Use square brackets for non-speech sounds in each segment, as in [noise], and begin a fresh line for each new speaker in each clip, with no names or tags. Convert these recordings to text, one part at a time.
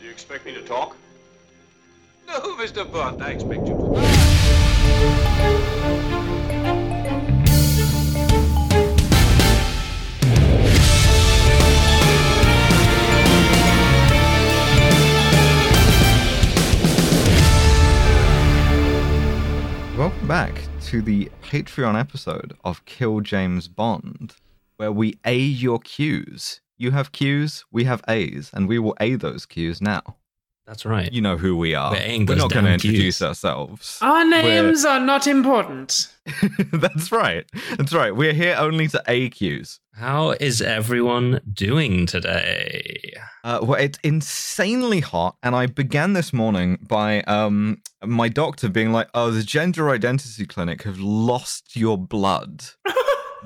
you expect me to talk? No, Mr. Bond, I expect you to.
Welcome back to the Patreon episode of Kill James Bond, where we A your cues. You have cues, we have A's, and we will A those cues now.
That's right.
You know who we are.
We're Aing
We're
those
not going to
damn cues.
introduce ourselves. [laughs]
Our names are not important.
That's right. That's right. We're here only to A cues.
How is everyone doing today?
Uh, well, it's insanely hot, and I began this morning by um, my doctor being like, "Oh, the gender identity clinic have lost your
[laughs]
blood."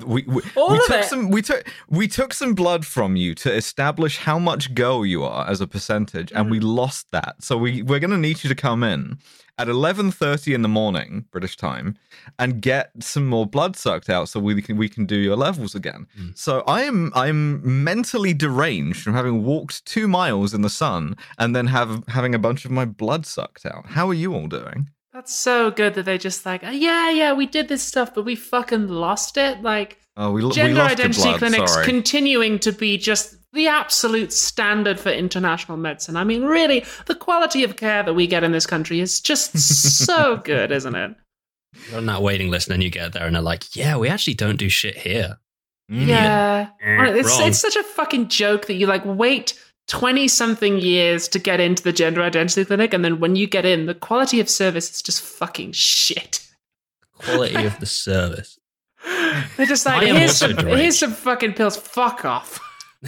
We, we,
All
we
of
took
it.
some we took we took some blood from you to establish how much girl you are as a percentage, and we
Mm.
lost that. So we we're gonna need you to come in at eleven thirty in the morning British time and get some more blood sucked out so we can we can do your levels again.
Mm.
So I am I'm mentally deranged from having walked two miles in the sun and then have having a bunch of my blood sucked out. How are you all doing?
That's so good that they just like, "Oh, yeah, yeah, we did this stuff, but we fucking lost it. Like,
Oh, we, lo- we
gender
lost your
identity
blood,
clinics
sorry.
continuing to be just the absolute standard for international medicine. I mean, really, the quality of care that we get in this country
[laughs]
is just so good, isn't it?
You're on that waiting list, and then you get there, and they're like, "Yeah, we actually don't do shit here."
Mm.
Yeah.
Eh,
It's,
wrong.
it's such a fucking joke that you like wait 20 something years to get into the gender identity clinic, and then when you get in, the quality of service is just fucking shit.
Quality of the
[laughs]
service.
They're just like,
I am
here's
also
some,
deranged.
here's some fucking pills. Fuck off.
[laughs]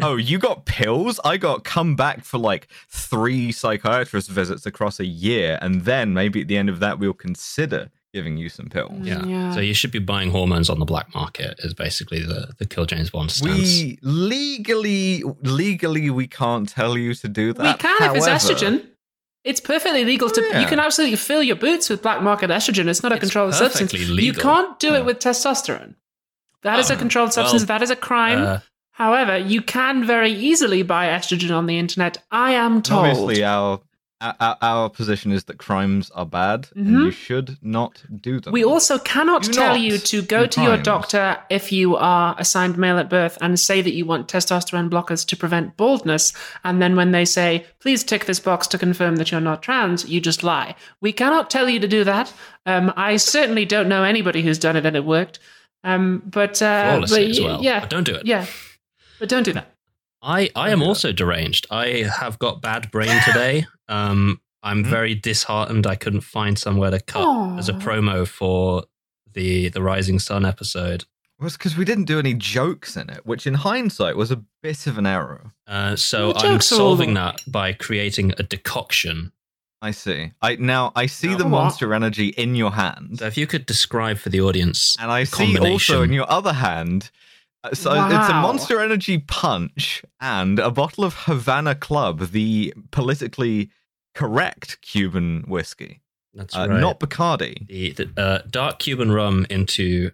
Oh, you got pills? I got come back for like three psychiatrist visits across a year, and then maybe at the end of that we'll consider giving you some pills.
yeah.
Yeah.
So you should be buying hormones on the black market. Is basically the the Kill James Bond stance.
We legally, legally, we can't tell you to do
We
that.
can if it's
However-
estrogen. It's perfectly legal to.
Yeah.
You can absolutely fill your boots with black market estrogen. It's not a
It's
controlled substance.
perfectly legal.
You can't do it with testosterone. That is
Oh,
a controlled substance.
well,
that is a crime.
Uh,
However, you can very easily buy estrogen on the internet. I am told.
Obviously, our, our our position is that crimes are bad, and
Mhm.
you should not do them.
We also cannot
Do
tell
not
you to go
in
to your
times.
doctor if you are assigned male at birth and say that you want testosterone blockers to prevent baldness. And then when they say, please tick this box to confirm that you're not trans, you just lie. We cannot tell you to do that. Um, I certainly don't know anybody who's done it and it worked. Um, but, uh, but
flawlessly as
y-
well.
yeah,
But don't do it.
yeah, but don't do that.
I, I am also deranged. I have got bad brain today. Um, I'm
Hmm?
very disheartened. I couldn't find somewhere to cut
Mm-hmm. Aw.
as a promo for the the Rising Sun episode.
was because we didn't do any jokes in it, which in hindsight was a bit of an error.
Uh, so
The
I'm
jokes are all
solving
the-
that by creating a decoction.
I see. I now I see
Now
the
what?
monster energy in your hand.
So if you could describe for the audience,
And I see also
combination.
in your other hand, uh, so it's a
Wow.
Monster Energy punch and a bottle of Havana Club, the politically correct Cuban whiskey,
that's
uh,
right.
not Bacardi.
the, the uh, dark Cuban rum into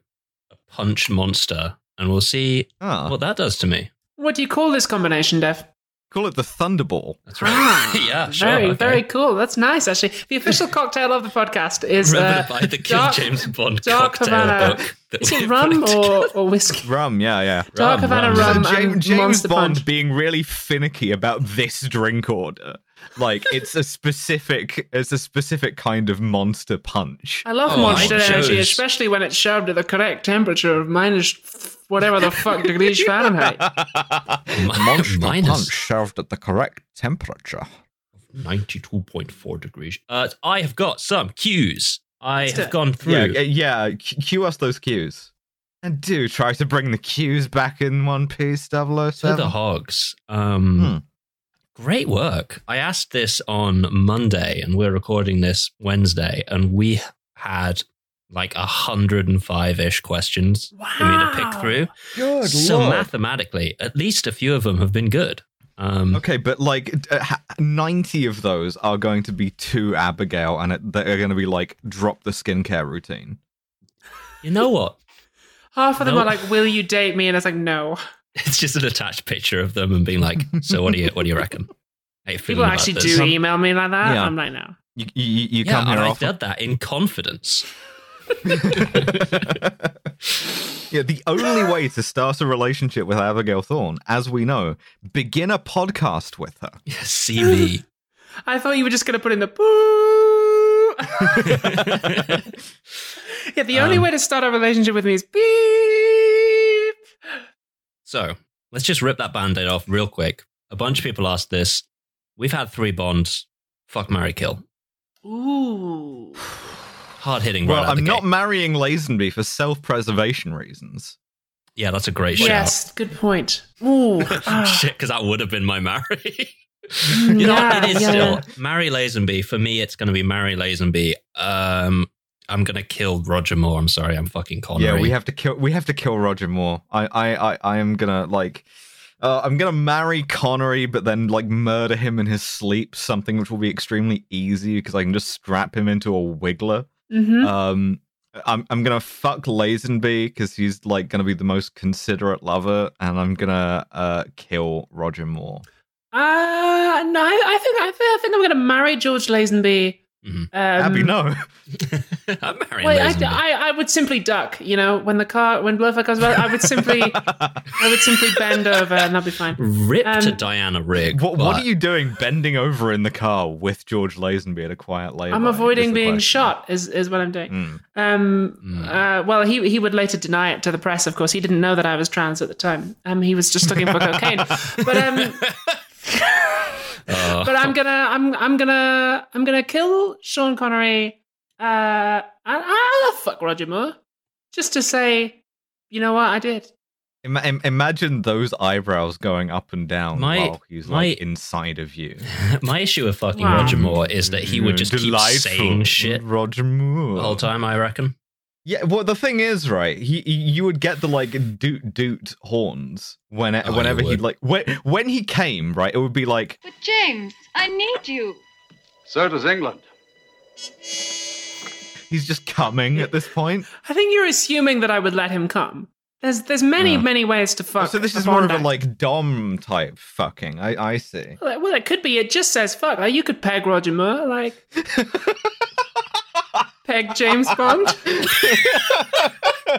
a punch monster, and we'll see
Ah,
what that does to me.
What do you call this combination, Dev?
call it the Thunderball.
That's
Ah,
right. [laughs] yeah, sure.
very,
okay.
very cool. That's nice, actually. The official [laughs] cocktail of the podcast is
Remember
uh,
to buy the Kill
dark-
James Bond
dark
cocktail
Havana.
book. that
Is
we're [laughs]
it rum
putting together.
or, or whiskey?
Rum, yeah, yeah.
Dark
Rum,
Havana
rum.
rum,
so James,
and
James
Um, Monster
Bond
Punch.
being really finicky about this drink order.
[laughs]
Like it's a specific, it's a specific kind of monster punch.
I love
Oh,
Monster
I
Energy,
chose-
especially when it's shoved at the correct temperature of minus whatever the
[laughs]
fuck degrees
[laughs]
Fahrenheit.
Monster
Minus.
punch served at the correct temperature.
92.4 degrees. Uh, I have got some cues. I
Let's do
have
it.
gone
Yeah,
through.
uh, yeah. cu- Cue us those cues, and do try to bring the cues back in one piece. 007.
to the hogs. Um,
Hmm.
Great work. I asked this on Monday, and we're recording this Wednesday, and we had like 105 ish questions for me to pick
Wow.
through.
Good
so, mathematically, at least a few of them have been good. Um,
Okay, but like uh, ha- ninety of those are going to be to Abigail, and it, they're going to be like drop the skincare routine.
You know what? [laughs]
Half of them
Nope.
are like, "Will you date me?" and it's like, "No."
[laughs]
It's just an attached picture of them and being like, "So what do you what do you reckon?" hate feeling
People
about
actually
this.
do email me like that.
Yeah.
I'm like, no.
You, you, you you
yeah,
come here
and I
often.
did that in confidence. [laughs]
[laughs] yeah, the only way to start a relationship with Abigail Thorne, as we know, begin a podcast with her.
Yeah, CV.
I thought you were just going to put in the boo.
[laughs]
[laughs]
[laughs]
yeah, the only
Um,
way to start a relationship with me is beep.
so let's just rip that band aid off real quick. A bunch of people asked this. We've had three bonds. Fuck Mary Kill.
Ooh.
Hard hitting [sighs] right
Well,
out
I'm
the
not
gate.
marrying Lazenby for self-preservation reasons.
Yeah, that's a great
Yes, good point.
[laughs]
Ooh.
shout.
Ah.
Shit, because that would have been my marry. [laughs] you know, what? it is
yeah,
still
yeah.
Mary Lazenby. For me, it's going to be Mary Lazenby. Um, I'm going to kill Roger Moore. I'm sorry, I'm fucking Connery.
Yeah,
[laughs]
we have to kill. We have to kill Roger Moore. I, I, I, I am gonna like. Uh, I'm gonna marry Connery, but then like murder him in his sleep. Something which will be extremely easy because I can just strap him into a wiggler.
Mhm.
Uh,
Um, I'm I'm gonna fuck Lazenby because he's like gonna be the most considerate lover, and I'm gonna uh kill Roger Moore.
Uh, no, I, I think I think, I think I'm going to marry George Lazenby.
Mhm.
Um,
Abby, no,
I'm marrying
Well, I,
Lazenby.
I, I would simply duck. You know, when the car when Blofeld comes by, I would
[laughs]
simply I would simply bend over and that'd be fine.
Rip to
Um,
Diana Rigg.
[laughs] what what
but-
are you doing, bending over in the car with George Lazenby at a quiet lay?
I'm avoiding being shot. Is is what I'm doing.
Hmm.
Um,
Mm.
uh, well, he he would later deny it to the press. Of course, he didn't know that I was trans at the time. Um, he was just looking
[laughs]
for cocaine. But um,
Oh,
[laughs] but I'm gonna I'm I'm gonna I'm gonna kill Sean Connery. Uh, and I'll fuck Roger Moore just to say, you know what I did.
Ima- im- imagine those eyebrows going up and down
My-
while he's like
my-
inside of you.
[laughs] my issue with fucking
Wow.
Roger Moore is that he would just keep
Delightful,
saying shit
Roger Moore.
the whole time. I reckon.
Yeah, well, the thing is, right? He, he you would get the like doot doot horns when e-,
Oh, you
whenever he
would.
like when when he came, right? It would be like
But James, I need you.
So does England.
he's just coming at this point.
I think you're assuming that I would let him come. There's there's many
Yeah.
many ways to fuck.
so this
a
is more of a
Bondi.
like dom type fucking. I I see.
Well, it- well, it could be. It just says fuck. Like you could peg Roger
[laughs]
Moore, like peg James
[laughs]
Bond. I'm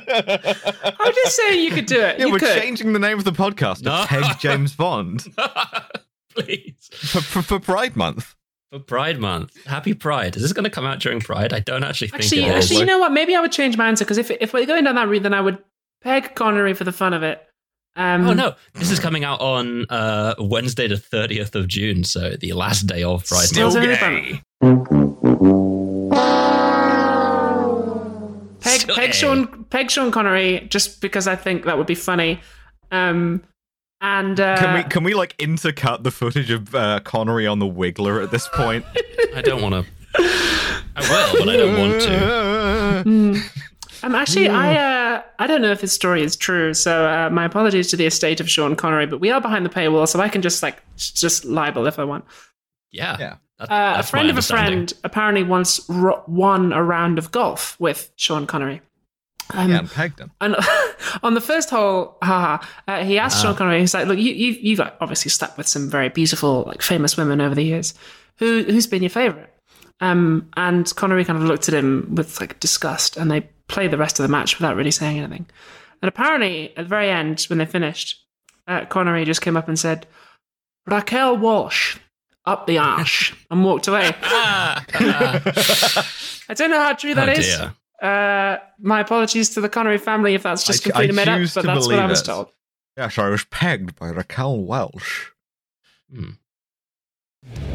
just saying you could do it.
Yeah,
you
we're
could.
changing the name of the podcast
No.
to Peg
[laughs]
James Bond
Please
for, for, for Pride Month.
for Pride Month. Happy Pride. Is this going to come out during Pride? I don't actually think
Actually,
it is.
actually, you know what? Maybe I would change my answer because if if we're going down that route, then I would peg Connery for the fun of it. Um,
Oh no! This is coming out on uh, Wednesday, the thirtieth of June, so the last day of Pride.
Still
Month.
doing the fun of it. Peg,
Still
peg
gay.
Sean, peg Sean Connery, just because I think that would be funny. Um, and uh, [laughs]
Can we can we like intercut the footage of uh, Connery on the Wiggler at this point?
I don't want to. I will, but I don't want
[laughs]
to.
Um, actually, I uh, I don't know if this story is true, so uh, my apologies to the estate of Sean Connery, but we are behind the paywall, so I can just like s- just libel if I want.
Yeah,
Yeah.
That-
Uh, a
that's my
friend of a
understanding.
friend apparently once ro- won a round of golf with Sean Connery. Um,
[laughs] yeah, and pegged him.
and [laughs] on the first hole, haha, uh, he asked
Wow.
Sean Connery, he's like, look, you, you've, you've like, obviously slept with some very beautiful, like famous women over the years. Who, who's been your favorite? Um, and Connery kind of looked at him with like disgust and they played the rest of the match without really saying anything. And apparently at the very end, when they finished, uh, Connery just came up and said, Raquel Walsh, up
[laughs]
the arse, and walked away.
Ah, ah.
I don't know how true that
Oh,
is.
dear.
Uh, my apologies to the Connery family if that's just
I- I
completely made up,
choose
but
to
that's what I
believe
was
it.
told.
Yes, I was pegged by Raquel Welsh.
Hmm.